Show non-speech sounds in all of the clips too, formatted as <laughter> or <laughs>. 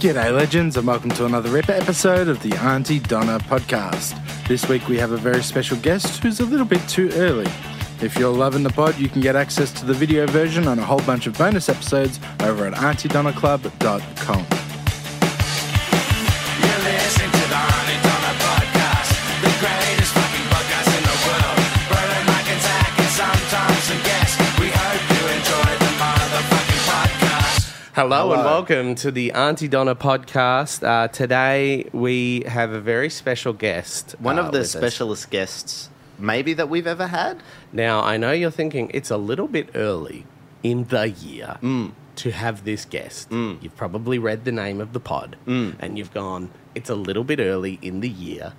G'day, legends, and welcome to another ep- episode of the Auntie Donna podcast. This week we have a very special guest who's a little bit too early. If you're loving the pod, you can get access to the video version and a whole bunch of bonus episodes over at auntiedonnaclub.com. You're listening to the Honey Donna podcast, the greatest fucking podcast in the world. Brother Mike and Zach and sometimes some guests. We hope you enjoy the motherfucking podcast. Hello, and welcome to the Auntie Donna podcast. Uh, today we have a very special guest. One uh, of the with us. specialist guests, maybe that we've ever had. Now, I know you're thinking it's a little bit early in the year to have this guest. You've probably read the name of the pod and you've gone, it's a little bit early in the year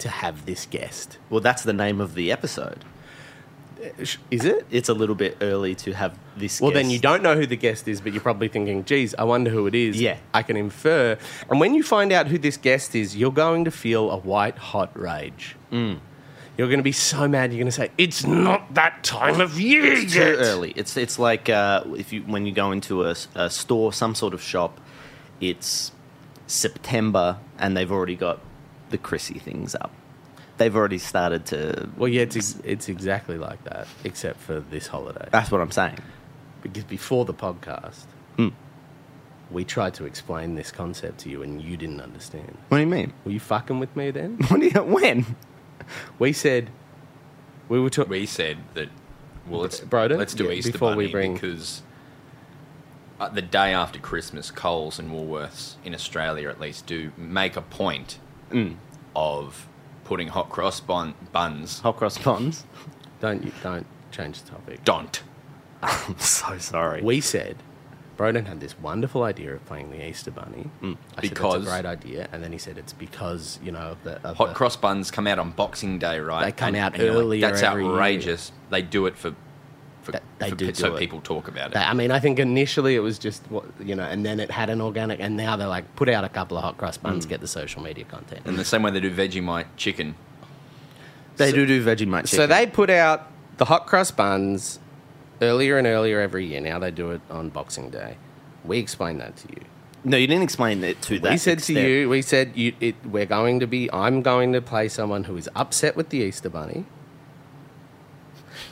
to have this guest. Well, that's the name of the episode. Sh- Is it? It's a little bit early to have this. Well, guest. then you don't know who the guest is, but you're probably thinking, geez, I wonder who it is. Yeah. I can infer. And when you find out who this guest is, you're going to feel a white hot rage. Mm. You're going to be so mad. You're going to say, it's not that time of year It's too yet. early. It's it's like uh, if you when you go into a, s- a store, some sort of shop, it's September and they've already got the Chrissy things up. They've already started to. Well, yeah, it's, ex- it's exactly like that, except for this holiday. Ah. That's what I'm saying. Because before the podcast, Hmm. we tried to explain this concept to you and you didn't understand. What do you mean? Were you fucking with me <laughs> then? <laughs> What do you, when? we said, we were talking. we said that well let's Broden? let's do Yeah, Easter before we Bunny bring- because uh, the day after Christmas, Coles and Woolworths in Australia at least do make a point of putting hot cross bun- buns. Hot cross buns. Don't, you, don't change the topic. Don't. <laughs> I'm so sorry. we said Broden had this wonderful idea of playing the Easter Bunny. I said, Mm, That's because- a great idea, and then he said it's because you know of the of Hot the- cross buns come out on Boxing Day, right? They come out you're like, earlier That's every year." outrageous. They do it for, for, That- they for do pe- do so it. people talk about it. I mean, I think initially it was just what you know, and then it had an organic, and now they're like put out a couple of hot cross buns, get the social media content. In Mm. the same way they do Vegemite chicken. they do do Vegemite. So they put out the hot cross buns earlier and earlier every year. Now they do it on Boxing Day. We explained that to you. no, you didn't explain it to that. we said extent. to you, we said you, it, we're going to be. I'm going to play someone who is upset with the Easter Bunny.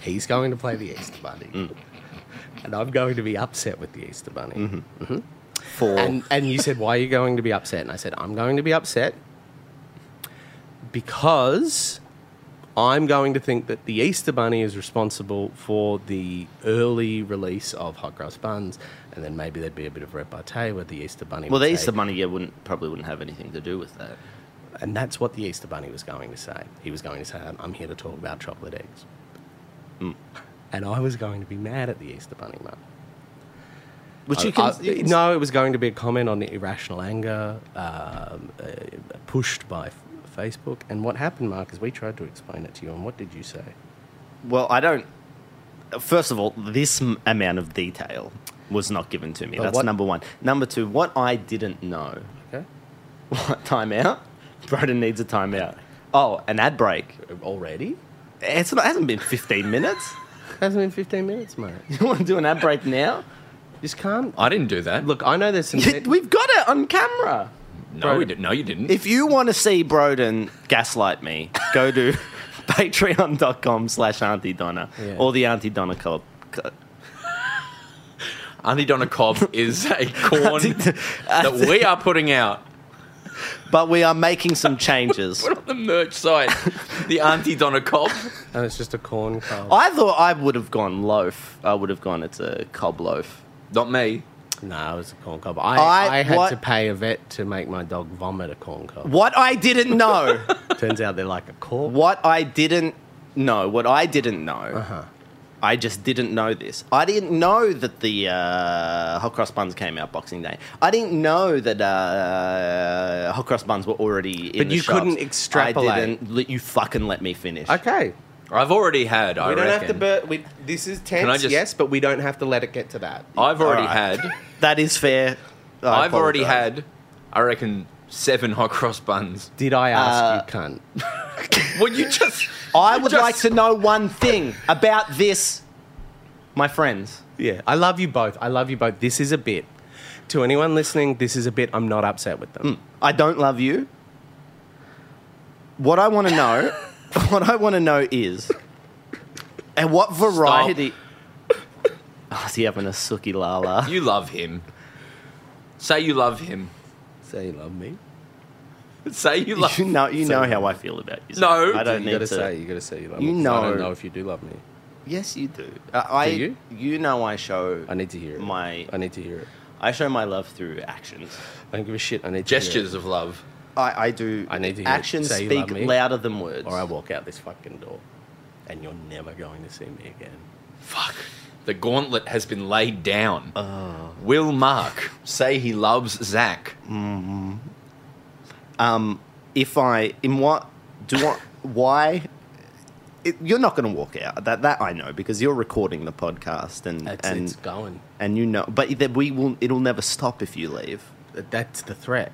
He's going to play the Easter Bunny, Mm. and I'm going to be upset with the Easter Bunny. Mm-hmm. for And and you said, why are you going to be upset? And I said, I'm going to be upset because I'm going to think that the Easter Bunny is responsible for the early release of hot cross buns, and then maybe there'd be a bit of repartee with the Easter Bunny. Well, would the say, Easter Bunny yeah, wouldn't probably wouldn't have anything to do with that. And that's what the Easter Bunny was going to say. He was going to say, I'm, I'm here to talk about chocolate eggs. Hmm. And I was going to be mad at the Easter Bunny, man. Which I- you can, I- you can- no, it was going to be a comment on irrational anger um, uh, pushed by F- Facebook. And what happened, Mark, is we tried to explain it to you. And what did you say? Well, I don't. First of all, this m- amount of detail was not given to me. But That's what- number one. Number two, what I didn't know. <laughs> Okay. What timeout? Broden needs a timeout. Oh, an ad break. Already? It's not, it hasn't been 15 <laughs> minutes. Hasn't been 15 minutes, mate. You want to do an ad break now? Just can't. I didn't do that. Look, I know there's <laughs> some. We've got it on camera. no, we didn't. No, you didn't. If you want to see Broden gaslight me, go to <laughs> patreon.com slash Auntie Donna Yeah. or the Auntie Donna Club. Auntie Donna Cobb is <laughs> a corn Auntie- <laughs> that we are putting out But we are making <laughs> some changes. on the merch site. <laughs> The Auntie Donna Cobb. Oh, it's just a corn cob. I thought I would have gone loaf. I would have gone, it's a cob loaf. Not me. no, it was a corn cob. I, I, I- had what- to pay a vet to make my dog vomit a corn cob. What I didn't <laughs> know, Turns out they're like a cork. what I didn't know, what I didn't know, I just didn't know this. I didn't know that the uh, hot cross buns came out Boxing Day. I didn't know that uh, hot cross buns were already in But the you shops. couldn't extrapolate. I didn't, let- you fucking let me finish. Okay. I've already had. I We don't have to. reckon. Bur- we, this is tense, I just- yes, but we don't have to let it get to that. I've already All right. had. That is fair. I I've already apologize. had. I reckon seven hot cross buns. Did I ask you, cunt? <laughs> Well, <laughs> you just. I you would just- like to know one thing about this, my friends. Yeah, I love you both. I love you both. This is a bit. To anyone listening, this is a bit I'm not upset with them. I don't love you. What I want to know, <laughs> what I want to know is, and what variety? Oh, is he having a suki lala? You love him. Say you love him. Say you love me. Say you love <laughs> You him. know, you know how I feel about you. No. I don't you need to. gotta say you gotta say you love You me. 'cause I know. don't know if you do love me. Yes, you do. Uh, I, Do you? You know, I show. I need to hear it. My- I need to hear it. I show my love through actions. I don't give a shit. I need to hear it. Gestures of love. I, I do. I need to hear it. actions Say you speak love me. louder than words. or I walk out this fucking door, and you're never going to see me again. Fuck. The gauntlet has been laid down. Oh. Will Mark say he loves Zach? if I in what do I why it, you're not going to walk out that that I know because you're recording the podcast and That's, and it's going. and you know but that we will it'll never stop if you leave. Th- That's the threat.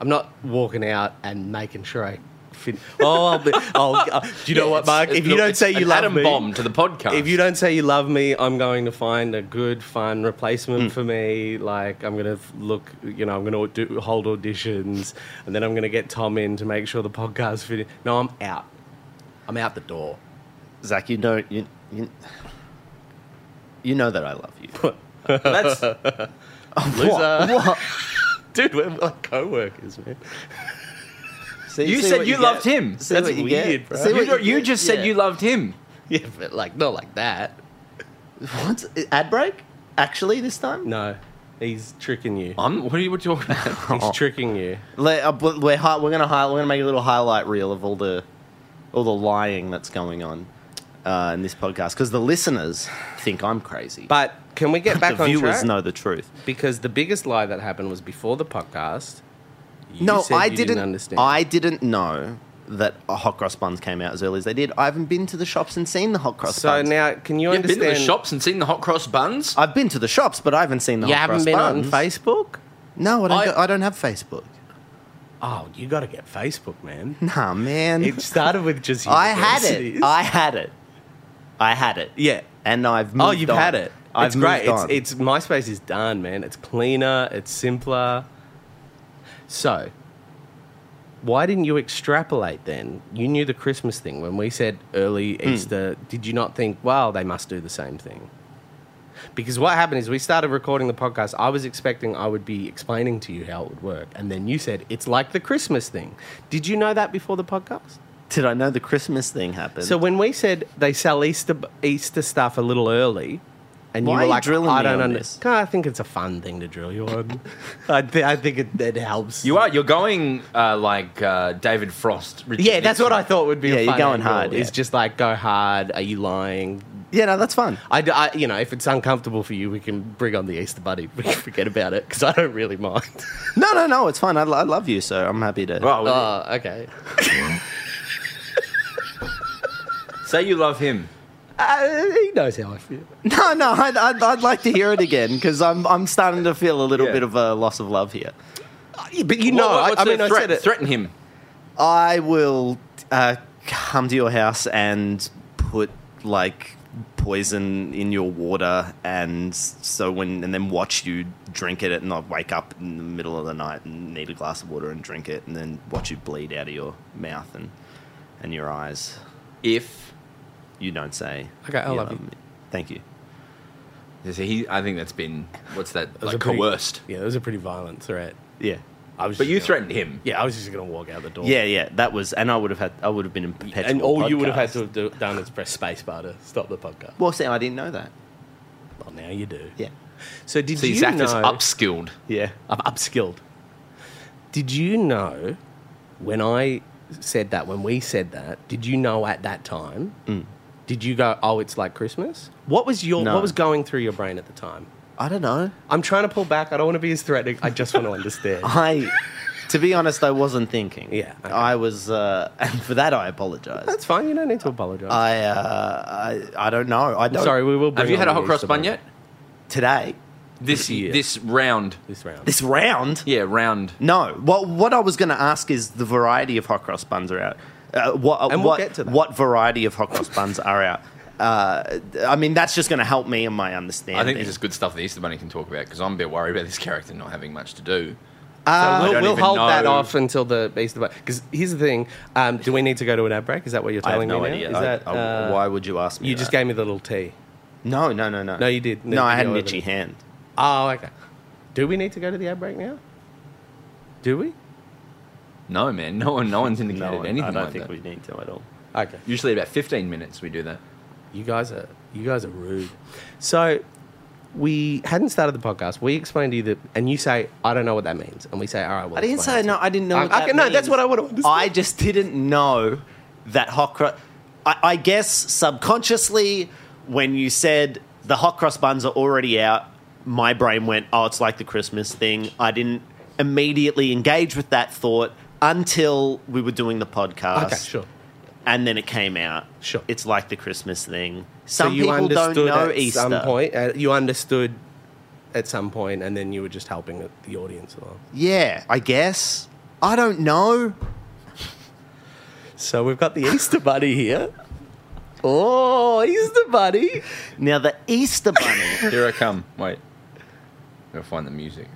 I'm not walking out and making sure I. Fin- oh, I'll be, I'll, uh, do you know what, It's- Mark? If it's- you look, don't it's say you an love atom me, bomb to the podcast. if you don't say you love me, I'm going to find a good, fun Hmm. replacement for me. Like I'm going to look, you know, I'm going to do, hold auditions, and then I'm going to get Tom in to make sure the podcast fit. in. No, I'm <laughs> out. I'm out the door. Zach, you don't you you, you know that I love <laughs> you. That's <laughs> Loser. What? what? Dude, we're like co-workers, man. See- You see said what you loved get. him. See That's what you weird, get. bro. See You, what don't- you get. just said Yeah. you loved him. Yeah, but like not like that. What's ad break? Actually, this time. No, he's tricking you. I'm, what are you what are you talking <laughs> about? He's <laughs> tricking you. Let, uh, but we're hi- we're gonna hi- we're gonna make a little highlight reel of all the all the lying that's going on uh, in this podcast because the listeners think I'm crazy, But can we get back the on viewers track? know the truth. Because the biggest lie that happened was before the podcast. You no, said I you didn't, understand. I didn't know that uh, hot cross buns came out as early as they did. I haven't been to the shops and seen the hot cross so buns. now, can you You've been understand? to the shops and seen the hot cross buns? I've been to the shops, but I haven't seen the You hot haven't cross been buns. on Facebook. No, I don't. I- go- I don't have Facebook. Oh, you got to get Facebook, <laughs> man. Nah, man. It started with just. I had universities. it. I had it. I had it. yeah. And I've moved Oh, you've on. had it. I've it's great. moved on. It's, it's MySpace is done, man. It's cleaner. It's simpler. So, why didn't you extrapolate then? You knew the Christmas thing when we said early Hmm. Easter. Did you not think, well, they must do the same thing? Because what happened is we started recording the podcast. I was expecting I would be explaining to you how it would work, and then you said it's like the Christmas thing. Did you know that before the podcast? Did I know the Christmas thing happened? So when we said they sell Easter Easter stuff a little early, and Why you are were you like, drilling I me don't on this? understand. I think it's a fun thing to drill you on. I, th- I think it, it helps. You are. You're going uh, like uh, David Frost. Richard yeah, that's what Nixon. I thought would be. Yeah, a you're fun going angle, hard, Is yeah. just like go hard. Are you lying? yeah, no, that's fun. I, d- I- you know, if it's uncomfortable for you, we can bring on the Easter Bunny. We can forget about it because I don't really mind. No, no, no, it's fine. I, lo- I love you, so I'm happy to. Well, oh, okay. say you love him. Uh, he knows how I feel. no, no, I'd, I'd, I'd like to hear it again because I'm I'm starting to feel a little Yeah. bit of a loss of love here. But you know, What- what- I- what's I, mean, the I threat? said it. Threaten him. I will uh, come to your house and put like poison in your water, and so when and then watch you drink it, and I'll wake up in the middle of the night and need a glass of water and drink it, and then watch you bleed out of your mouth and and your eyes. If You don't say. Okay, I love you. me. Thank you. he, I think that's been what's that was like a pretty- coerced. Yeah, that was a pretty violent threat. Yeah. I was But just you gonna- threatened him. Yeah, I was just going to walk out the door. Yeah, yeah, that was, and I would have had, I would have been in perpetual. and all you would have podcast. had to have do- done is press spacebar to stop the podcast. Well, see, I didn't know that. Well, now you do. Yeah, So did See, you Zach know? is upskilled. yeah. I'm upskilled. Did you know when I said that? When we said that, did you know at that time? Did you go? Oh, it's like Christmas. What was your? No. What was going through your brain at the time? I don't know. I'm trying to pull back. I don't want to be as threatening. I just <laughs> want to understand. I, to be honest, I wasn't thinking. Yeah, okay. I was, uh, <laughs> and for that I apologize. That's fine. You don't need to apologize. I, uh, I, I don't know. I don't. Sorry, we will. Bring Have you on had a the hot cross Easter bun Bunny yet? today, This year. this round. This round. this round. Yeah, round. No. What what I was going to ask is the variety of hot cross buns are out. Uh, what uh, And we'll what get to that. what variety of hot cross buns are out? uh, I mean, that's just going to help me in my understanding. I think this is good stuff that Easter Bunny can talk about because I'm a bit worried about this character not having much to do. Uh, I We'll, don't we'll even hold that know. off until the Easter Bunny. Because here's the thing: um, do we need to go to an ad break? Is that what you're I have telling no me? now? idea. Is I- that I- uh, why would you ask me? you just that? gave me the little tea? no, no, no, no. No, you did. No, I had an You- itchy hand. Oh, okay. Do we need to go to the ad break now? Do we? No, man. No one. <laughs> No one's indicated No, anything I don't like think that. we need to at all. Okay. Usually about 15 minutes we do that. You guys are you guys are rude. So we hadn't started the podcast. We explained to you that, and you say, "I don't know what that means," and we say, "All right, well." I didn't explain say it to no. me." I didn't know. I- what I that can- no, that's means. what I would've understood. I just didn't know that hot cross. I, I guess subconsciously, when you said the hot cross buns are already out, my brain went, "Oh, it's like the Christmas thing." I didn't immediately engage with that thought until we were doing the podcast. Okay, sure. And then it came out. Sure. it's like the Christmas thing. So Some you people don't understood know at Easter. some point. uh, you understood at some point, and then you were just helping the- the audience along. Yeah, I guess. I don't know. So we've got the Easter Bunny here. Oh, Easter Bunny! Now the Easter bunny. <laughs> Here I come. Wait. Gotta find the music.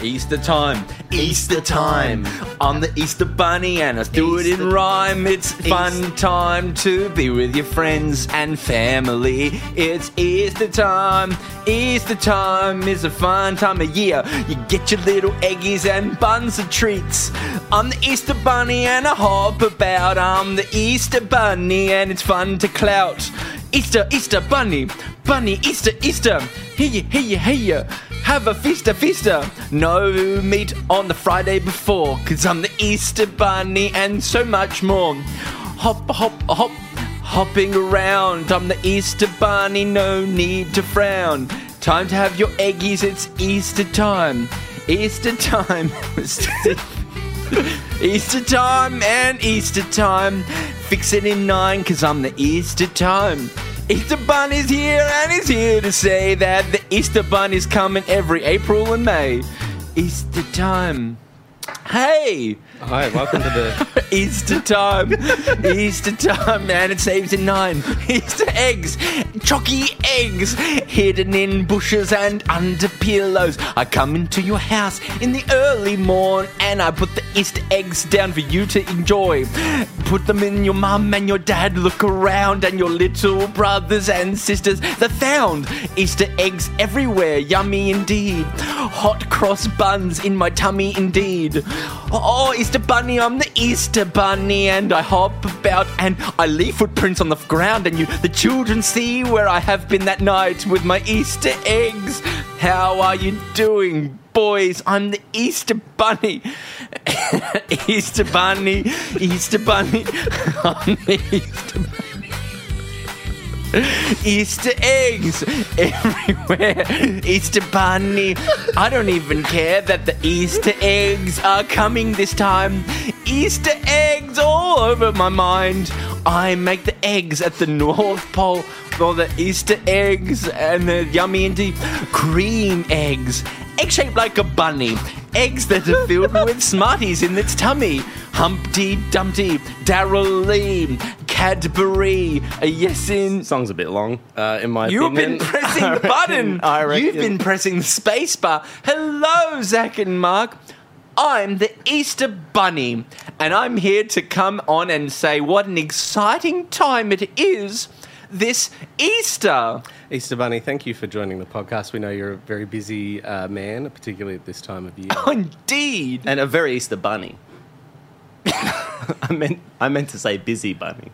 Easter time, Easter time. I'm the Easter bunny and I do it Easter- in rhyme. It's fun East- time to be with your friends and family. It's Easter time. Easter time is a fun time of year. You get your little eggies and buns of treats. I'm the Easter bunny and I hop about. I'm the Easter bunny and it's fun to clout. Easter, Easter bunny, bunny, Easter, Easter. Hey, ya, hey, ya, hey, ya. Have a feaster, feaster. No meat on the Friday before, cause I'm the Easter bunny and so much more. Hop, hop, hop, hopping around. I'm the Easter bunny, no need to frown. Time to have your eggies, it's Easter time. Easter time. <laughs> Easter time and Easter time. Fix it in nine, cause I'm the Easter time. Easter Bun is here and is here to say that the Easter Bun is coming every April and May. Easter time. Hey! Hi, welcome to the. <laughs> Easter time. Easter time, man. It saves in nine. Easter eggs. Chalky eggs. Hidden in bushes and under pillows. I come into your house in the early morn and I put the Easter eggs down for you to enjoy. Put them in your mum and your dad. Look around and your little brothers and sisters. They're found. Easter eggs everywhere. Yummy indeed. Hot cross buns in my tummy indeed. Oh, Easter Bunny, I'm the Easter Bunny, and I hop about and I leave footprints on the ground, and you, the children, see where I have been that night with my Easter eggs. How are you doing, boys? I'm the Easter Bunny. <laughs> Easter Bunny, Easter Bunny, <laughs> I'm the Easter Bunny. Easter eggs everywhere. Easter bunny. I don't even care that the Easter eggs are coming this time. Easter eggs all over my mind. I make the eggs at the North Pole. All the Easter eggs and the yummy and deep cream eggs. Egg shaped like a bunny. Eggs that are filled with smarties in its tummy. Humpty Dumpty, Daryl Lee, Cadbury, a yes in Song's a bit long. uh, in my You've been opinion. pressing the button. I reckon- You've been pressing the space bar. Hello, Zach and Mark. I'm the Easter Bunny, and I'm here to come on and say what an exciting time it is this Easter. Easter Bunny, thank you for joining the podcast. We know you're a very busy uh, man, particularly at this time <laughs> of year. Indeed. and a very Easter bunny. <laughs> I meant I meant to say busy bunny,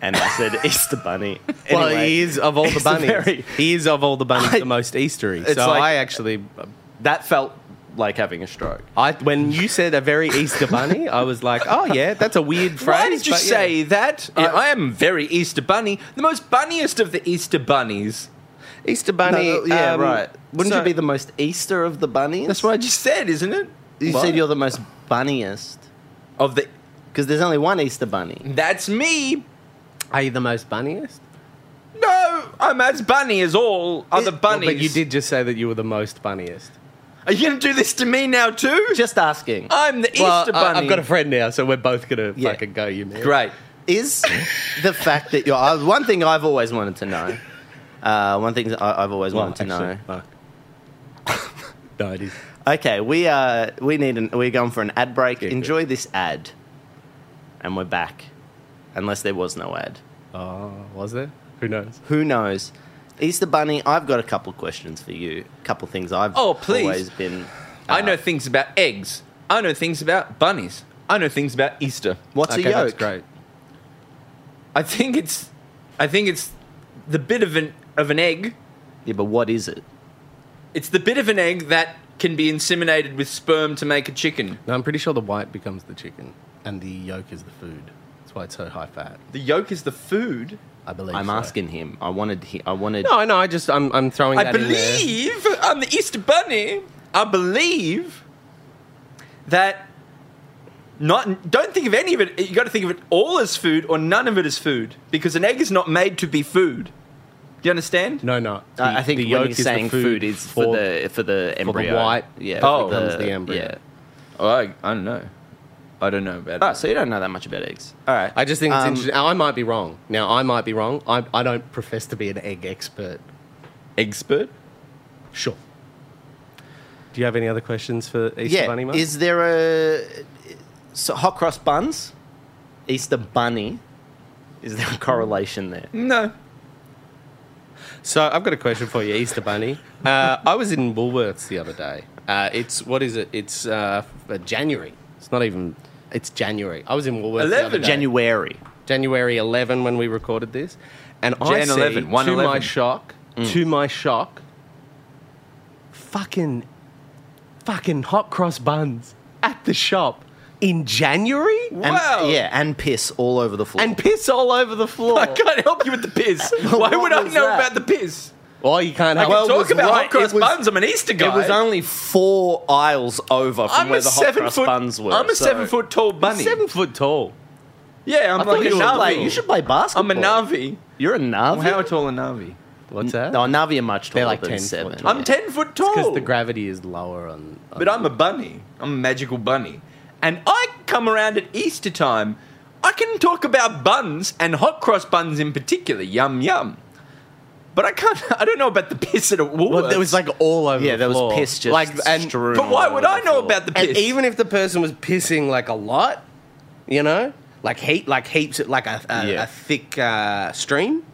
and I <laughs> said Easter bunny. well, Anyway, he is of all the it's a bunnies. very- he is of all the bunnies I- the most Eastery. It's So like- I actually, that felt like having a stroke. I when you said a very Easter bunny, I was like, oh yeah, that's a weird phrase. Why did you but yeah. say that? I- I, I am very Easter Bunny, the most bunniest of the Easter bunnies. Easter bunny? No, yeah, um, right. Wouldn't so- you be the most Easter of the bunnies? That's what I just said, isn't it? you What? said you're the most bunniest of the. because there's only one Easter <laughs> bunny. That's me. Are you the most bunniest? No, I'm as bunny as all other Well, bunnies. But you did just say that you were the most bunniest. Are you going to do this to me now too? Just asking. Uh, I'm the Easter well, I- Bunny. I've got a friend now, so we're both gonna Yeah. fucking go. You man. great. is the fact that you're uh, one thing I've always wanted to know. Uh, one thing that I, I've always wanted to know. <laughs> no, it is. Okay, we uh, we need an, we're going for an ad break. Yeah, good. Enjoy this ad, and we're back. Unless there was no ad, Oh, was there? Who knows? who knows? Easter Bunny, I've got a couple questions for you. A couple things I've Oh, please. always been. I know uh, things about eggs. I know things about bunnies. I know things about Easter. What's a okay, that's yolk? great. I think it's, I think it's the bit of an of an egg. Yeah, but what is it? It's the bit of an egg that can be inseminated with sperm to make a chicken. No, I'm pretty sure the white becomes the chicken, and the yolk is the food. That's why it's so high fat. The yolk is the food. I believe. I'm so. asking him. I wanted. He, I wanted. No, I know. I just I'm I'm throwing. I that in there. believe I'm the Easter Bunny. I believe that not don't think of any of it. You got to think of it all as food or none of it as food because an egg is not made to be food. Do you understand? No, no. I I think the when yolk he's the saying food, is for the for the the embryo. white- yeah. Oh. for becomes the embryo. Yeah. Oh, I, I don't know. I don't know about Oh, so you don't know that much about eggs. All right. I just think it's Um, interesting. I might be wrong. Now I might be wrong. I I don't profess to be an egg expert. Expert? Sure. Do you have any other questions for Easter Yeah. Bunny? Mark? Is there a so hot cross buns, Easter bunny? Is there a correlation there? No. So I've got a question for you, Easter <laughs> Bunny. Uh, I was in Woolworths the other day. Uh, it's what is it? It's uh, f- January. It's not even. It's January. I was in Woolworths. the other 11. day. January. January 11 when we recorded this, and I Jan see 11, one Mm. to 11. my shock, to my shock, fucking, fucking hot cross buns at the shop in January And, Wow. Yeah, and piss all over the floor. and piss all over the floor. I can't help you with the piss. <laughs> Why would What I know was that? about the piss? Well, you can't I help. can Well, it talk was about hot right- cross it was- buns. I'm an Easter it guy. was only four aisles over from I'm where a the hot seven cross foot. buns were. I'm a so- seven foot tall bunny. Seven foot tall. Yeah, I'm I thought like a you, should play, navi. you should play basketball. I'm a navi. You're a navi. How tall a navi? What's that? No, navi are much taller They're like than 10 foot seven. tall. I'm ten foot tall. because the gravity is lower on. on But I'm a bunny. I'm a magical bunny. And I come around at Easter time. I can talk about buns and hot cross buns in particular. Yum yum. But I can't. <laughs> I don't know about the piss at a Woolworths. Well, there was like all over. Yeah, the there was floor. piss just like and strewn. But why all would over I know floor. about the piss? And even if the person was pissing like a lot, you know, like heat, like heaps, like a, a, Yeah. a thick uh, stream,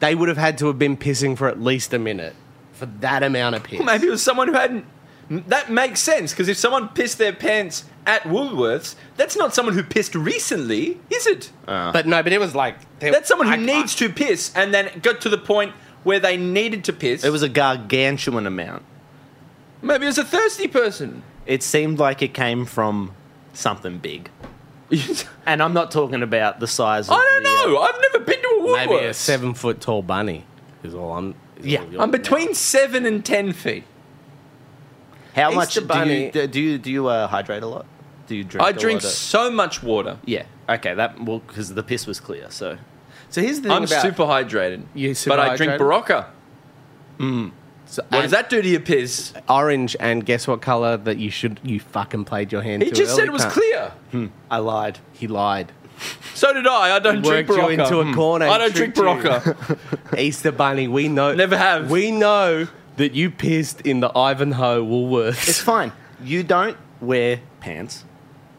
they would have had to have been pissing for at least a minute for that amount of piss. Maybe it was someone who hadn't. That makes sense because if someone pissed their pants at Woolworths, that's not someone who pissed recently, is it? But no, but it was like there- that's someone who Uh, I- needs to piss and then it got to the point where they needed to piss. It was a gargantuan amount. maybe it was a <laughs> thirsty person. It seemed like it came from something big. I And I'm not talking about the size of don't the, uh, know. I've never been to a Woolworths. maybe a seven foot tall bunny is all I'm. is Yeah, all you're- I'm between seven and ten feet. How Easter much do Bunny- you do? You, do you uh, hydrate a lot? Do you drink? I a drink lot of- so much water. yeah. Okay. That well, because the piss was clear. So So here's the thing I'm about super hydrated. You're but super I drink hydrated? Barocca. so- What and does that do to your piss? orange and guess what color that you should you fucking played your hand. He too just said early, it was cunt. clear. I lied. He lied. <laughs> So did I. I don't drink Worked you Barocca. Hmm. into a corner I and don't drink tricked you. <laughs> Barocca. Easter Bunny, we know. Never have. We know that you pissed in the Ivanhoe Woolworths. It's fine. You don't wear pants.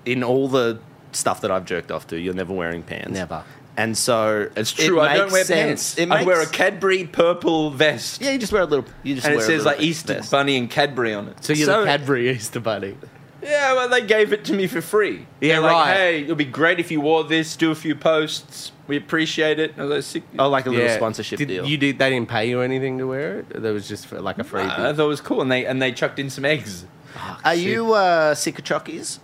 In all the stuff that I've jerked off to, you're never wearing pants. Never. And so It's it true. I don't makes wear sense. pants. It I makes- wear a Cadbury purple vest. Yeah, you just wear a little. You just and it wear a says little like Easter vest. Bunny and Cadbury on <laughs> it. so you're the Cadbury Easter Bunny. Yeah, well, they gave it to me for free. Yeah, They're like, right. Hey, it'll be great if you wore this. Do a few posts. We appreciate it. And I was like, sick. Oh, like a little Yeah. sponsorship Did- deal. You did. They didn't pay you anything to wear it. There was just for, like a freebie. I thought it was cool, and they and they chucked in some eggs. Are you uh, sick of chockies?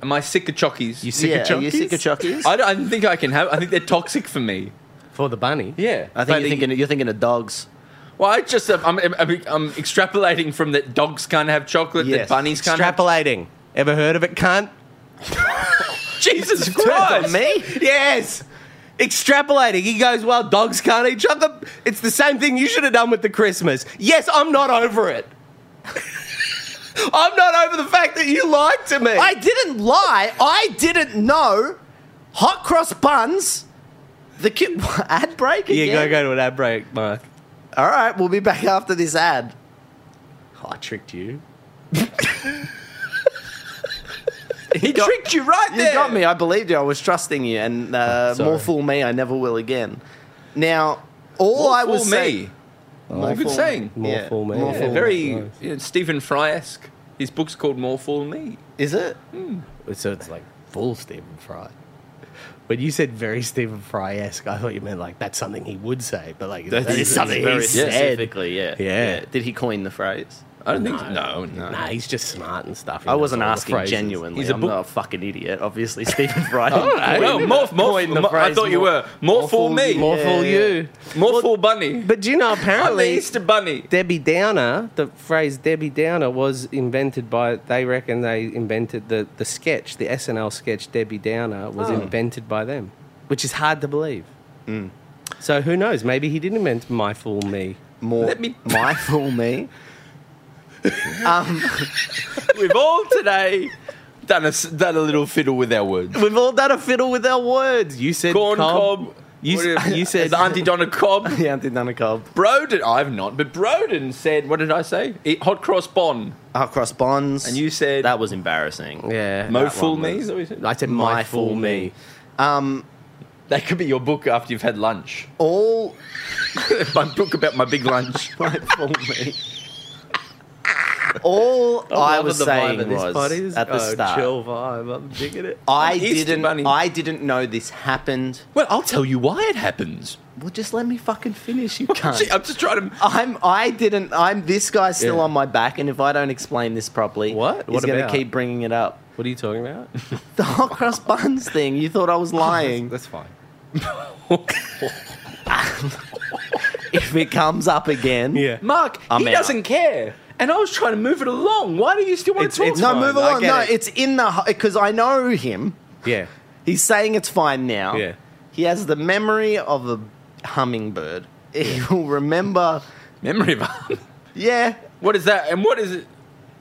Am I sick of chockies? you sick yeah, of Are you chunkies? sick of <laughs> chockies? I, don't, I don't think I can have. I think they're toxic for me. for the bunny. Yeah, I But think you're thinking, you're thinking of dogs. Well, I just uh, I'm, I'm, I'm extrapolating from that dogs can't have chocolate, Yes. that bunnies can't. have... Extrapolating. Ever heard of it, cunt? <laughs> <laughs> Jesus Christ! me? Yes. Extrapolating. He goes, well, dogs can't eat chocolate. It's the same thing you should have done with the Christmas. Yes, I'm not over it. <laughs> I'm not over the fact that you lied to me. I didn't lie. I didn't know. Hot cross buns. The ki- <laughs> ad break again. Yeah, go go to an ad break, Mark. All right, we'll be back after this ad. I tricked <laughs> you. He tricked you right You there. got me. I believed you. I was trusting you, and uh, Sorry. more fool me. I never will again. Now, all More I fool was me. saying- More good fool saying. me. More Yeah, fool me. more Yeah, Yeah, fool me. very Nice. you know, Stephen Fry esque. His book's called More Fool Me. Is it? So it's like full Stephen Fry. But you said very Stephen Fry esque. I thought you meant like that's something he would say, but like that is something he very said. specifically. Yeah. Yeah. Did he coin the phrase? I don't think no, no. Nah, he's just smart and stuff. He I knows wasn't all the asking phrases. genuinely. He's a I'm book- not a fucking idiot. Obviously, Stephen Fry. I don't know. Well, more, more, coined the more- I phrase thought you more- were more, fool me, More more, fool you. fool bunny. But do you <laughs> know I'm the apparently Easter bunny. Debbie Downer, the phrase Debbie Downer was invented by, they reckon they invented the, the sketch, the SNL sketch Debbie Downer was invented by them, which is hard to believe. Mm. So who knows? Maybe he didn't invent My Fool Me. More. Let me- My fool me. We've all today done a s- done a little fiddle with our words. We've all done a fiddle with our words. You said Corn cob. You, s- whatever. you said the Auntie Donna <laughs> cob. The Auntie Donna Cobb. <laughs> Broden, I've not, but Broden said, "What did I say? Eat hot cross bon." I'll cross bonds. And you said, that was embarrassing. Yeah. "Mo that fool one me." was- Is that what you said? I said My, Fool, me. That could be your book after you've <laughs> had lunch. All my book about my big lunch. my fool me. All I, Oh, Love was the vibe saying of this was party. This- at the oh, start. Chill vibe. I'm digging it. I Easter didn't. Bunny. I didn't know this happened. <laughs> Well, I'll tell you why it happens. Well, just let me fucking finish. You can't. Gee, I'm just trying to. I'm. I didn't. I'm. This guy's still Yeah. on my back, and if I don't explain this properly, What? He's What gonna about? keep bringing it up. What are you talking about? The hot cross buns thing. You thought I <laughs> was lying. That's fine. if it comes up again, Yeah. Mark, I'm he out. doesn't care. And I was trying to move it along. Why do you still want It's- to talk? it's No, fine. move I along. get No, it. it's in the because I know him. Yeah. He's saying it's fine now. Yeah. He has the memory of a hummingbird. He will remember. Memory bomb. Yeah. What is that? And what is it?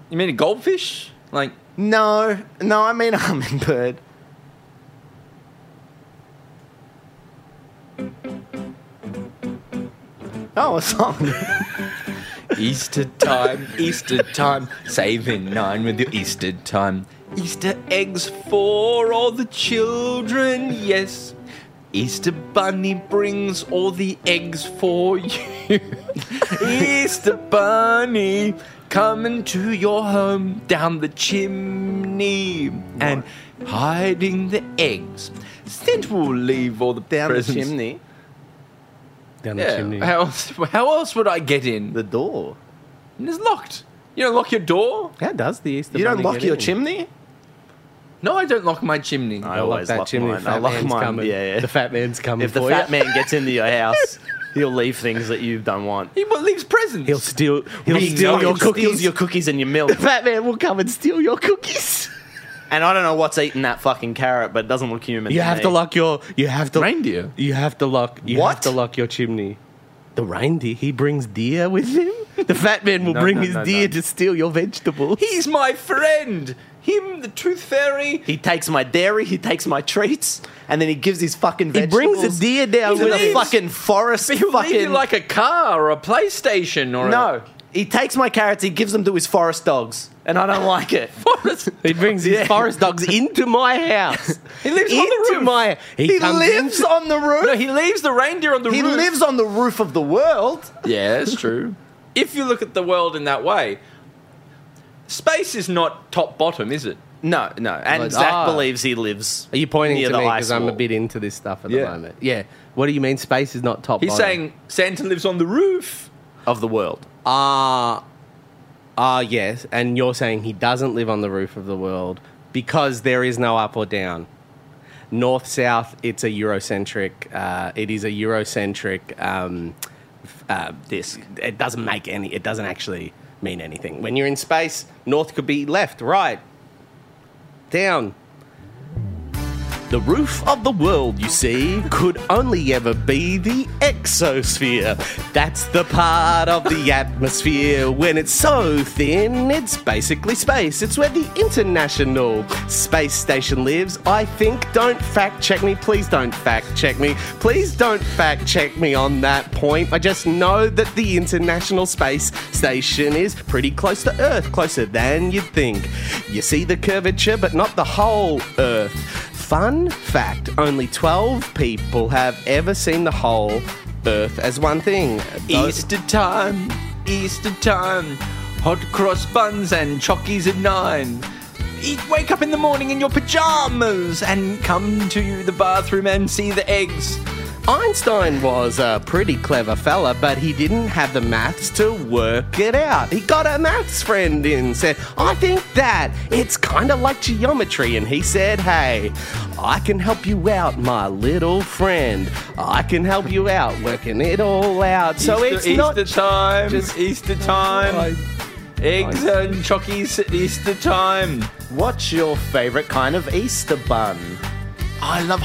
You mean a goldfish? Like No. No, I mean a hummingbird. Oh, a song. <laughs> Easter time, Easter time, saving nine with your Easter time. Easter eggs for all the children, yes. Easter bunny brings all the eggs for you. Easter bunny coming to your home down the chimney and hiding the eggs. Santa will leave all the Down the presents. chimney. Down the chimney. Yeah. How else, <laughs> how else would I get in? The door. It's locked. You don't lock your door? How does the Easter You don't Bunny lock get your in? chimney? No, I don't lock my chimney. I I lock always that lock chimney. mine. The I fat lock man's mine. coming. Yeah, yeah. The fat man's coming If the for fat you. man gets <laughs> into your house, he'll leave things that you don't want. He wa- leaves presents. he'll steal. He'll We steal know your it steals cookies. your cookies and your milk. fat man will come and steal your cookies. and I don't know what's eating that fucking carrot, but it doesn't look human. You have me. to lock your. You have to Reindeer? You have to lock. You What? have to lock your chimney. The reindeer. He brings deer with him. The fat man will No, bring no, his no, deer no. to steal your vegetables. He's my friend. Him, the tooth fairy. He takes my dairy, he takes my treats, and then he gives his fucking He vegetables. brings a deer down He to with the leaves- a fuck. fucking <laughs> forest. But he'll fucking leave you like a car or a PlayStation or no. a He takes my carrots, he gives them to his forest dogs, and I don't <laughs> like it. forest. He brings his Yeah. forest dogs into my house. He lives on the into roof. my. He, He comes lives into- on the roof. No, he leaves the reindeer on the he roof. lives on the roof of the world. Yeah, that's <laughs> true. if you look at the world in that way, space is not top bottom, is it? No, no. And Like, Zach ah. believes he lives. <laughs> Are you pointing near to the me ice because I'm a wall. bit into this stuff at Yeah. the moment? Yeah. What do you mean space is not top? He's bottom? saying Santa lives on the roof. of the world? Ah, ah, yes. And you're saying he doesn't live on the roof of the world because there is no up or down. North south, it's a Eurocentric. Uh, it is a Eurocentric. Um, f- uh, disc. It doesn't make any. It doesn't actually mean anything. When you're in space, north could be left, right, down. The roof of the world, you see, could only ever be the exosphere. That's the part of the atmosphere when it's so thin, it's basically space. It's where the International Space Station lives. I think, don't fact check me. Please don't fact check me. Please don't fact check me on that point. I just know that the International Space Station is pretty close to Earth, closer than you'd think. You see the curvature, but not the whole Earth. Fun fact only 12 people have ever seen the whole Earth as one thing. Those- Easter time, Easter time, hot cross buns and chockies at nine. Eat, wake up in the morning in your pajamas and come to the bathroom and see the eggs. Einstein was a pretty clever fella, but he didn't have the maths to work it out. He got a maths friend in and said, I think that it's kind of like geometry. And he said, Hey, I can help you out, my little friend. I can help you out, working it all out. So Easter, it's Easter not time, just- Easter time, eggs and chockies at Easter time. What's your favourite kind of Easter bun? I love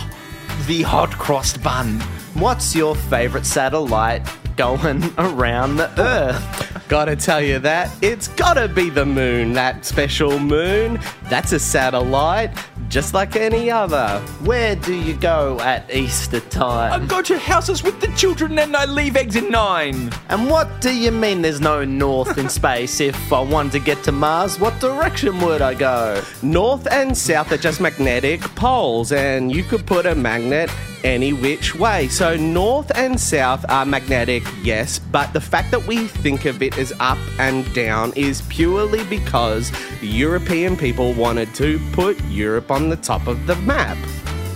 the hot crossed bun. What's your favourite satellite going <laughs> around the Earth? Gotta tell you that, it's gotta be the moon, that special moon. That's a satellite, just like any other. Where do you go at Easter I time? go to houses with the children and I leave eggs at nine. And what do you mean there's no north in space? If I wanted to get to Mars, what direction would I go? North and south are just magnetic poles, and you could put a magnet any which way. So, north and south are magnetic, yes, but the fact that we think of it as up and down is purely because the European people wanted to put Europe on the top of the map.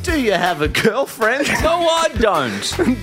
Do you have <laughs> a girlfriend? No, I don't.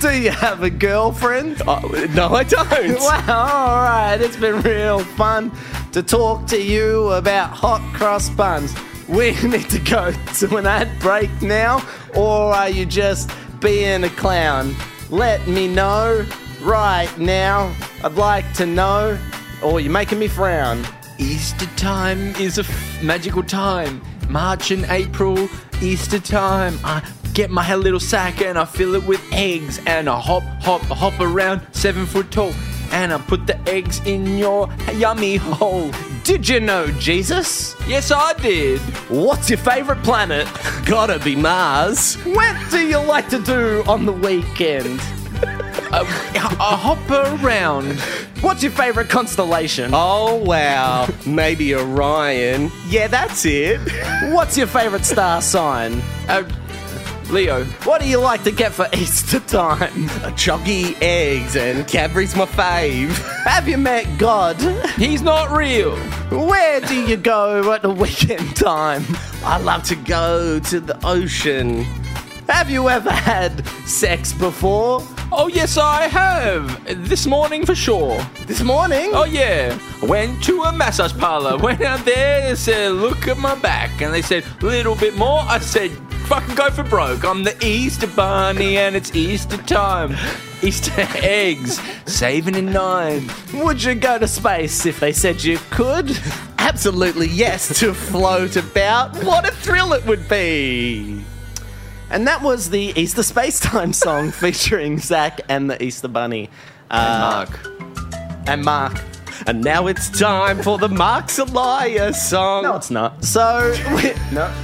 <laughs> do you have a girlfriend? Oh, no, I <laughs> don't. Wow, alright, it's been real fun to talk to you about hot cross buns. <laughs> We need to go to an ad break now, or are you just being a clown? Let me know right now. I'd like to know, or you're making me frown. Easter time is a f- magical time. March and April, Easter time. I get my little sack and I fill it with eggs and I hop, hop, hop around seven foot tall and I put the eggs in your yummy hole. Did you know Jesus? Yes, I did. What's your favourite planet? Gotta be Mars. What do you like to do on the weekend? I, Um, I hop around. What's your favourite constellation? Oh, wow. Maybe Orion. Yeah, that's it. What's your favourite star sign? Uh, Leo. What do you like to get for Easter time? Choggy eggs and Cadbury's my fave. Have you met God? <laughs> He's not real. Where do you go at the weekend time? I love to go to the ocean. Have you ever had sex before? Oh, yes, I have. This morning for sure. This morning? Oh yeah, went to a massage parlor. <laughs> Went out there, they said, "Look at my back," and they said, "Little bit more." I said, "Fucking go for broke." I'm the Easter Bunny, and it's Easter time. <laughs> Easter <laughs> eggs, saving a nine. Would you go to space if they said you could? Absolutely yes, to float about. What a thrill it would be! And that was the Easter Space Time <laughs> song featuring Zach and the Easter Bunny. Uh, and Mark. And Mark. And now it's time for the Mark's a Liar song. No, it's not. So we, no.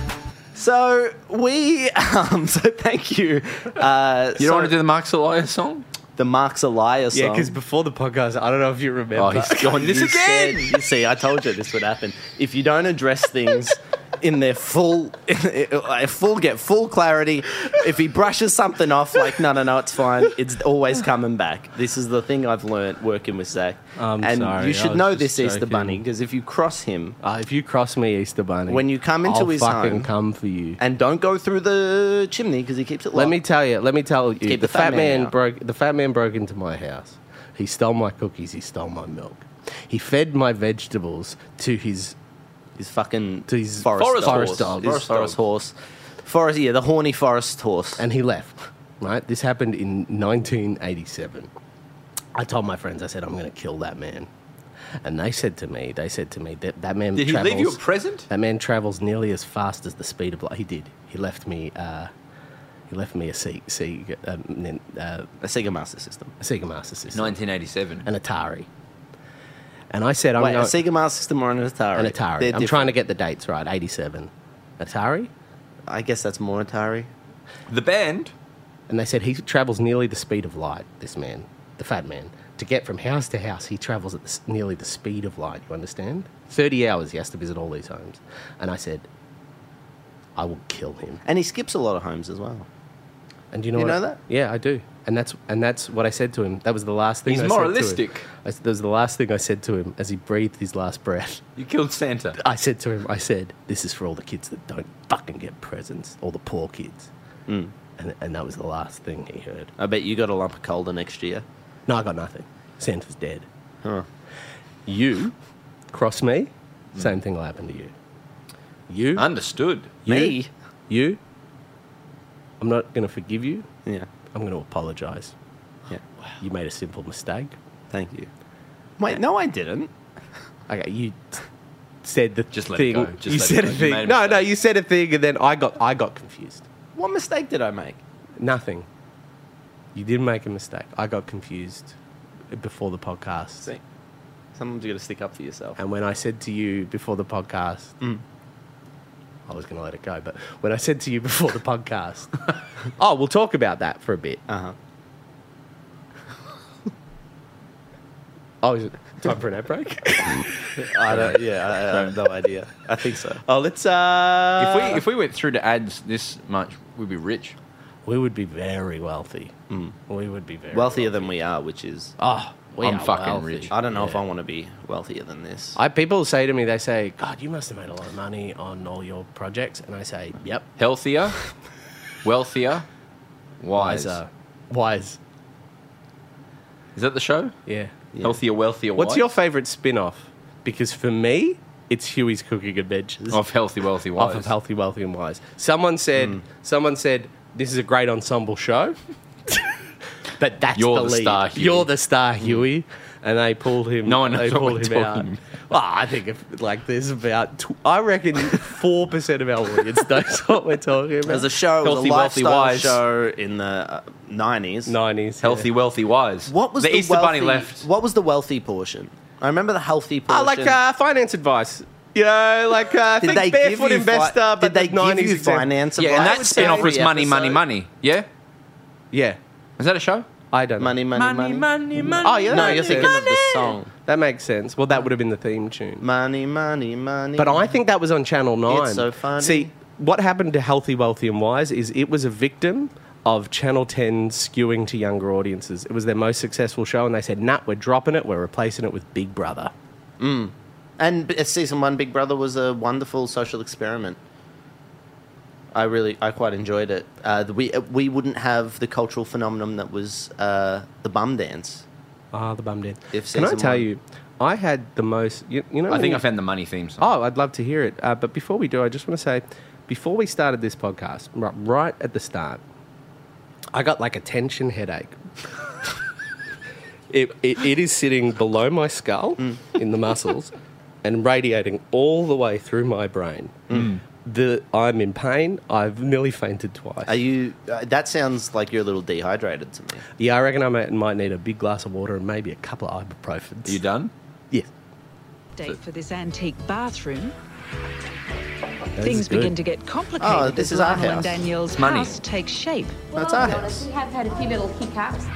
So we <laughs> um. So thank you. Uh, You don't want to do the Mark Elias song? the Mark's a liar song. yeah, because before the podcast, I don't know if you remember. Oh, he's gone this You again. said- you see, I told you this would happen. If you don't address things in their full, <laughs> I full get full clarity. If he brushes something off, like no, no, no, it's fine. It's always coming back. This is the thing I've learnt working with Zach. I'm and sorry, you I should was know just this Easter joking. Bunny because if you cross him <laughs> Uh, if you cross me, Easter Bunny, When you come into I'll his fucking home- come for you. and don't go through the chimney because he keeps it. Let locked. me tell you. Let me tell you. Keep the, fat man, out. broke. The fat man broke into my house. He stole my cookies. He stole my milk. He fed my vegetables to his. His fucking To his forest, forest dog. horse. His Forest dog. Forest, horse. Forest, yeah, the horny forest horse. and he left. Right? This happened in 1987. I told my friends, I said, I'm going to kill that man. and they said to me, they said to me that that man Did he travels, leave you a present? That man travels nearly as fast as the speed of light. He did. He left me. Uh, he left me a Se- Se- um, nin- uh, A Sega Master System. a Sega Master System, 1987. an Atari, and I said, "I'm Wait, a going, Sega Master System or an Atari? an Atari." I'm They're trying different. to get the dates right. Eighty-seven, Atari, I guess that's more Atari. The band. and they said he travels nearly the speed of light. This man, the fat man, to get from house to house, he travels at the, s- nearly the speed of light. You understand? Thirty hours he has to visit all these homes, and I said, "I will kill him." And he skips a lot of homes as well. And do you know You what know I- that? Yeah, I do. And that's and that's what I said to him. That was the last thing. He's I said to him. moralistic. I s- that was the last thing I said to him as he breathed his last breath. <laughs> You killed Santa. I said to him, I said, "This is for all the kids that don't fucking get presents, all the poor kids." And and that was the last thing he heard. I bet you got a lump of coal the next year. No, I got nothing. Santa's dead. You cross me, same thing will happen to you. You, Understood. you, Me? you. I'm not going to forgive you. Yeah. I'm going to apologize. Yeah. You made a simple mistake. Thank you. Wait, no, I didn't. Okay, you t- said the Just let it thing. go. Just you let it said go. a You thing. made a no, no, mistake. you said a thing, and then I got I got confused. What mistake did I make? Nothing. You didn't make a mistake. I got confused before the podcast. See, sometimes you got to stick up for yourself. And when I said to you before the podcast, I was going to let it go, but when I said to you before the podcast, <laughs> oh, we'll talk about that for a bit. Uh huh. Oh, is it time for an ad <laughs> break? I don't. Yeah, I, I have no idea. I think so. Oh, let's. uh If we if we went through to ads this much, we'd be rich. we would be very wealthy. We would be very wealthier than we are, which is. Mm. Oh, we I'm are fucking wealthy. rich. I don't know if Yeah. I want to be wealthier than this. I people say to me, they say, "God, you must have made a lot of money on all your projects," and I say, "Yep, Healthier, <laughs> wealthier, wise. wiser, uh, wise, Is that the show? yeah." Healthier, wealthier, What's wise? your favorite spin-off? Because for me, it's Huey's Cooking Adventures of healthy, wealthy, wise? off of Healthy, Wealthy, and Wise. Someone said, someone said, this is a great ensemble show, but that's You're the lead. star, Huey. You're the star, Huey. And they pulled him. No one they knows what pulled we're him out. talking Well, I think if, like there's about tw- I reckon four percent of our audience knows what we're talking about. There's a show, it was a Healthy, wealthy, lifestyle wise. show in the uh, nineties. nineties healthy, wealthy, wise. What was the, Easter wealthy, Bunny left? What was the wealthy portion? I remember the healthy portion. Oh, like uh, finance advice. You know, like uh, Did think they give barefoot you investor, fi- but did they the 90s give you example- finance? Yeah, and advice? I that would spin off say was every money, money, episode- money. Yeah, Yeah, is that a show? I don't know. Money, money, money. money. Oh, yeah. No, you're thinking of the money. song. That makes sense. Well, that would have been the theme tune. Money, money, money. But I think that was on Channel 9. It's so funny. See, what happened to Healthy, Wealthy and Wise is it was a victim of Channel 10 skewing to younger audiences. It was their most successful show, and they said, nah, we're dropping it. We're replacing it with Big Brother. and b- season one, Big Brother was a wonderful social experiment. I really, I quite enjoyed it. Uh, the- we uh, we wouldn't have the cultural phenomenon that was uh, the bum dance. Ah, the bum did. If Can I season tell one- you, I had the most, you, you know... I when think you- I found the money theme song. Oh, I'd love to hear it. Uh, but before we do, I just want to say, before we started this podcast, right, right at the start, I got like a tension headache. it, it, it is sitting below my skull in the muscles and radiating all the way through my brain. The, I'm in pain. I've nearly fainted twice. Are you? Uh, that sounds like you're a little dehydrated to me. yeah, I reckon I might, might need a big glass of water and maybe a couple of ibuprofens. Are you done? Yes. Date for this antique bathroom. This is Things good. begin to get complicated Oh, this as is our Lionel house. and Danielle's Money. house takes shape. That's our Oh, Well, I'll be house. honest, We have had a few little hiccups.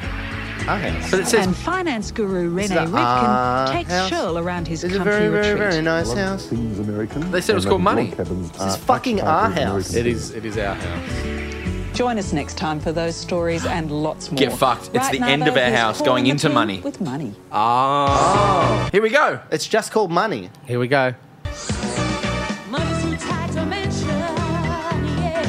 Okay. But it says and finance guru Rene is our Rifkin takes house. Shirl around his It's a country very, very, retreat. very nice house. they said it was called money. This is fucking our house. It is, it is our house. Join us next time for those stories and lots more. Get fucked. It's the end of our here's house Paul going and the into team money. With money. Here we go. It's just called money. Here we go. Money's too tight to mention, yeah.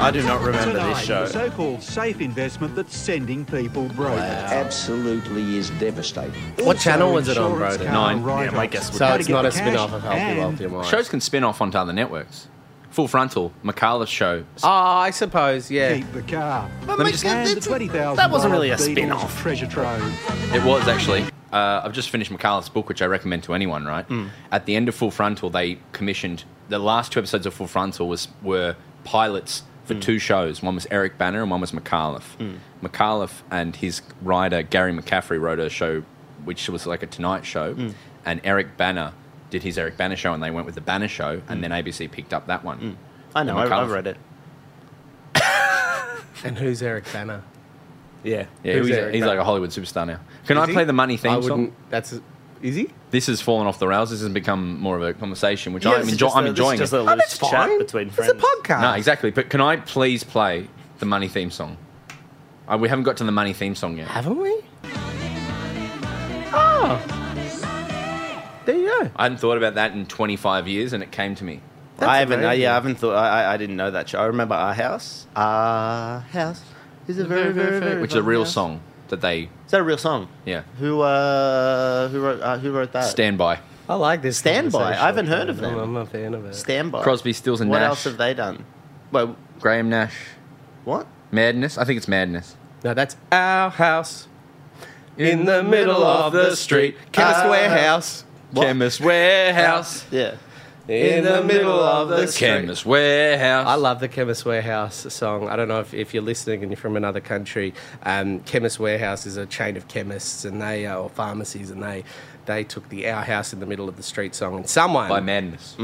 I do not remember this Tonight, show. The so-called safe investment that's sending people broke. Oh. absolutely is devastating. What channel was it on, Insurance Broden? card Nine. Yeah, write-offs. my guess would So How to it's get not the a spin off cash of Healthy, and Wealthy and Wise. Shows can spin off onto other networks. Full frontal, Makala's show. Oh, I suppose, yeah. Keep the car. But me my just- And God, the that's- $20,000 that wasn't really a Beatles spin off. Treasure trove. It was actually. uh, I've just finished McCallum's book, which I recommend to anyone. Right Mm. at the end of Full Frontal, they commissioned the last two episodes of Full Frontal was were pilots for Mm. two shows. One was Eric Banner and one was McAuliffe. McAuliffe and his writer Gary McCaffrey wrote a show, which was like a Tonight Show, Mm. and Eric Banner did his Eric Banner show, and they went with the Banner show, Mm. and then ABC picked up that one. I know. McAuliffe. I, I've read it. And who's Eric Banner? Yeah. Yeah, who's he's, Eric he's like Banner? a Hollywood superstar now. Can Is I he? play the money I theme song? wouldn't. That's. A, is he? This has fallen off the rails. This has become more of a conversation, which Yeah, I'm, this is enjoy- just I'm a- this is enjoying. just it. a loose chat between friends. It's a podcast. No, exactly. But can I please play the money theme song? Uh, we haven't got to the money theme song yet. Haven't we? Ah. There you go. I hadn't thought about that in 25 years, and it came to me. I haven't. I, amazing. yeah, I haven't thought. I, I- I didn't know that show. I remember Our House. Our House is a very, very, very. Which is a fun real house. song that they Is that a real song? Yeah. Who uh who wrote uh, who wrote that? stand by. I like this. Stand by. conversation. I haven't heard of them. I'm not a fan of it. Standby. Crosby, Stills, and What Nash. else have they done? Wait, Graham Nash. what? Madness. I think it's Madness. no, that's our house in the middle of the street, Chemist Uh, Warehouse. Chemist Warehouse. Yeah. In the middle of the street. Chemist Warehouse. I love the Chemist Warehouse song. I don't know if, if you're listening and you're from another country. Um, Chemist Warehouse is a chain of chemists and they uh, or pharmacies, and they they took the Our House in the Middle of the Street song, and someone by Madness.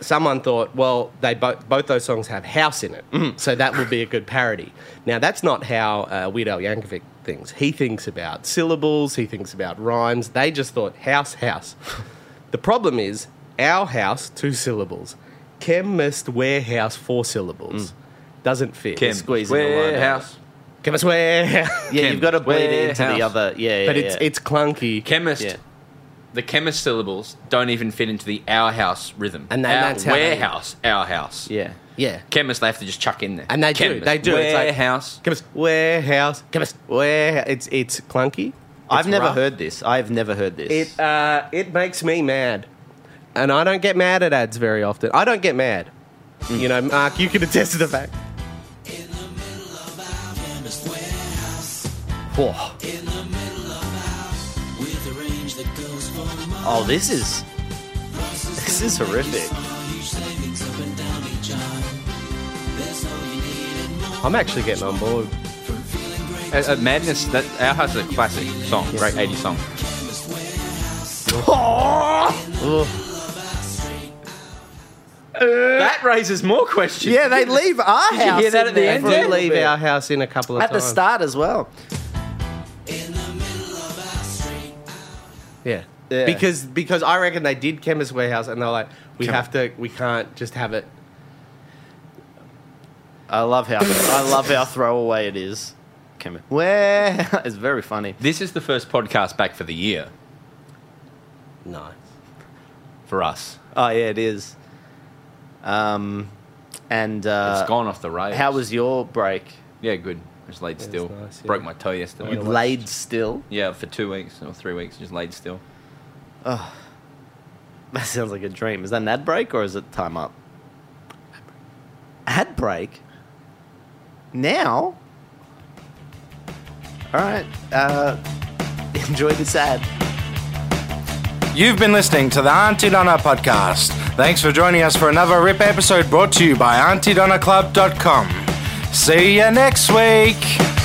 someone thought, well, they both both those songs have house in it, so that would be a good parody. Now that's not how uh, Weird Al Yankovic thinks. He thinks about syllables. He thinks about rhymes. They just thought house house. the problem is our house two syllables, chemist warehouse four syllables. Doesn't fit. Chem squeezing the line out. Warehouse. Chemist warehouse. Yeah, you've got to bleed it into Warehouse. the other. Yeah, <laughs> yeah. but it's yeah. it's clunky. Chemist. Yeah. The chemist syllables don't even fit into the our house rhythm. And then Our- that's how they- warehouse, our house. yeah. yeah. Chemist, they have to just chuck in there. And they do. chemist, They do. It's like- Warehouse. Chemist warehouse. Chemist warehouse. It's it's clunky. I've It's never rough. heard this. I've never heard this. It uh, it makes me mad, and I don't get mad at ads very often. I don't get mad. You know, Mark, you can attest to the fact. Whoa. Oh, this is this is horrific. I'm actually getting on board. Uh, uh, Madness. That our house is a classic song. Great 80s song. Oh! That raises more questions. Yeah, they leave our house. you hear that in at the there end, for a yeah? We little leave bit. our house in a couple of at the times. start as well. yeah. Yeah. Because because I reckon they did Chemist Warehouse, and they're like, we have to, we can't just have it. I love how I love how throwaway it is. Kim- Where <laughs> it's very funny. This is the first podcast back for the year No. for us. Oh yeah, it is. Um, and uh, it's gone off the rails. How was your break? Yeah, good. I just laid still. nice, yeah. Broke my toe yesterday. You laid still. Yeah, for two weeks or three weeks, just laid still. <laughs> That sounds like a dream. Is that an ad break or is it time up? Ad break? Now? All right. Uh, <laughs> enjoy this ad. You've been listening to the Auntie Donna podcast. Thanks for joining us for another RIP episode brought to you by AuntieDonnaClub.com. See you next week.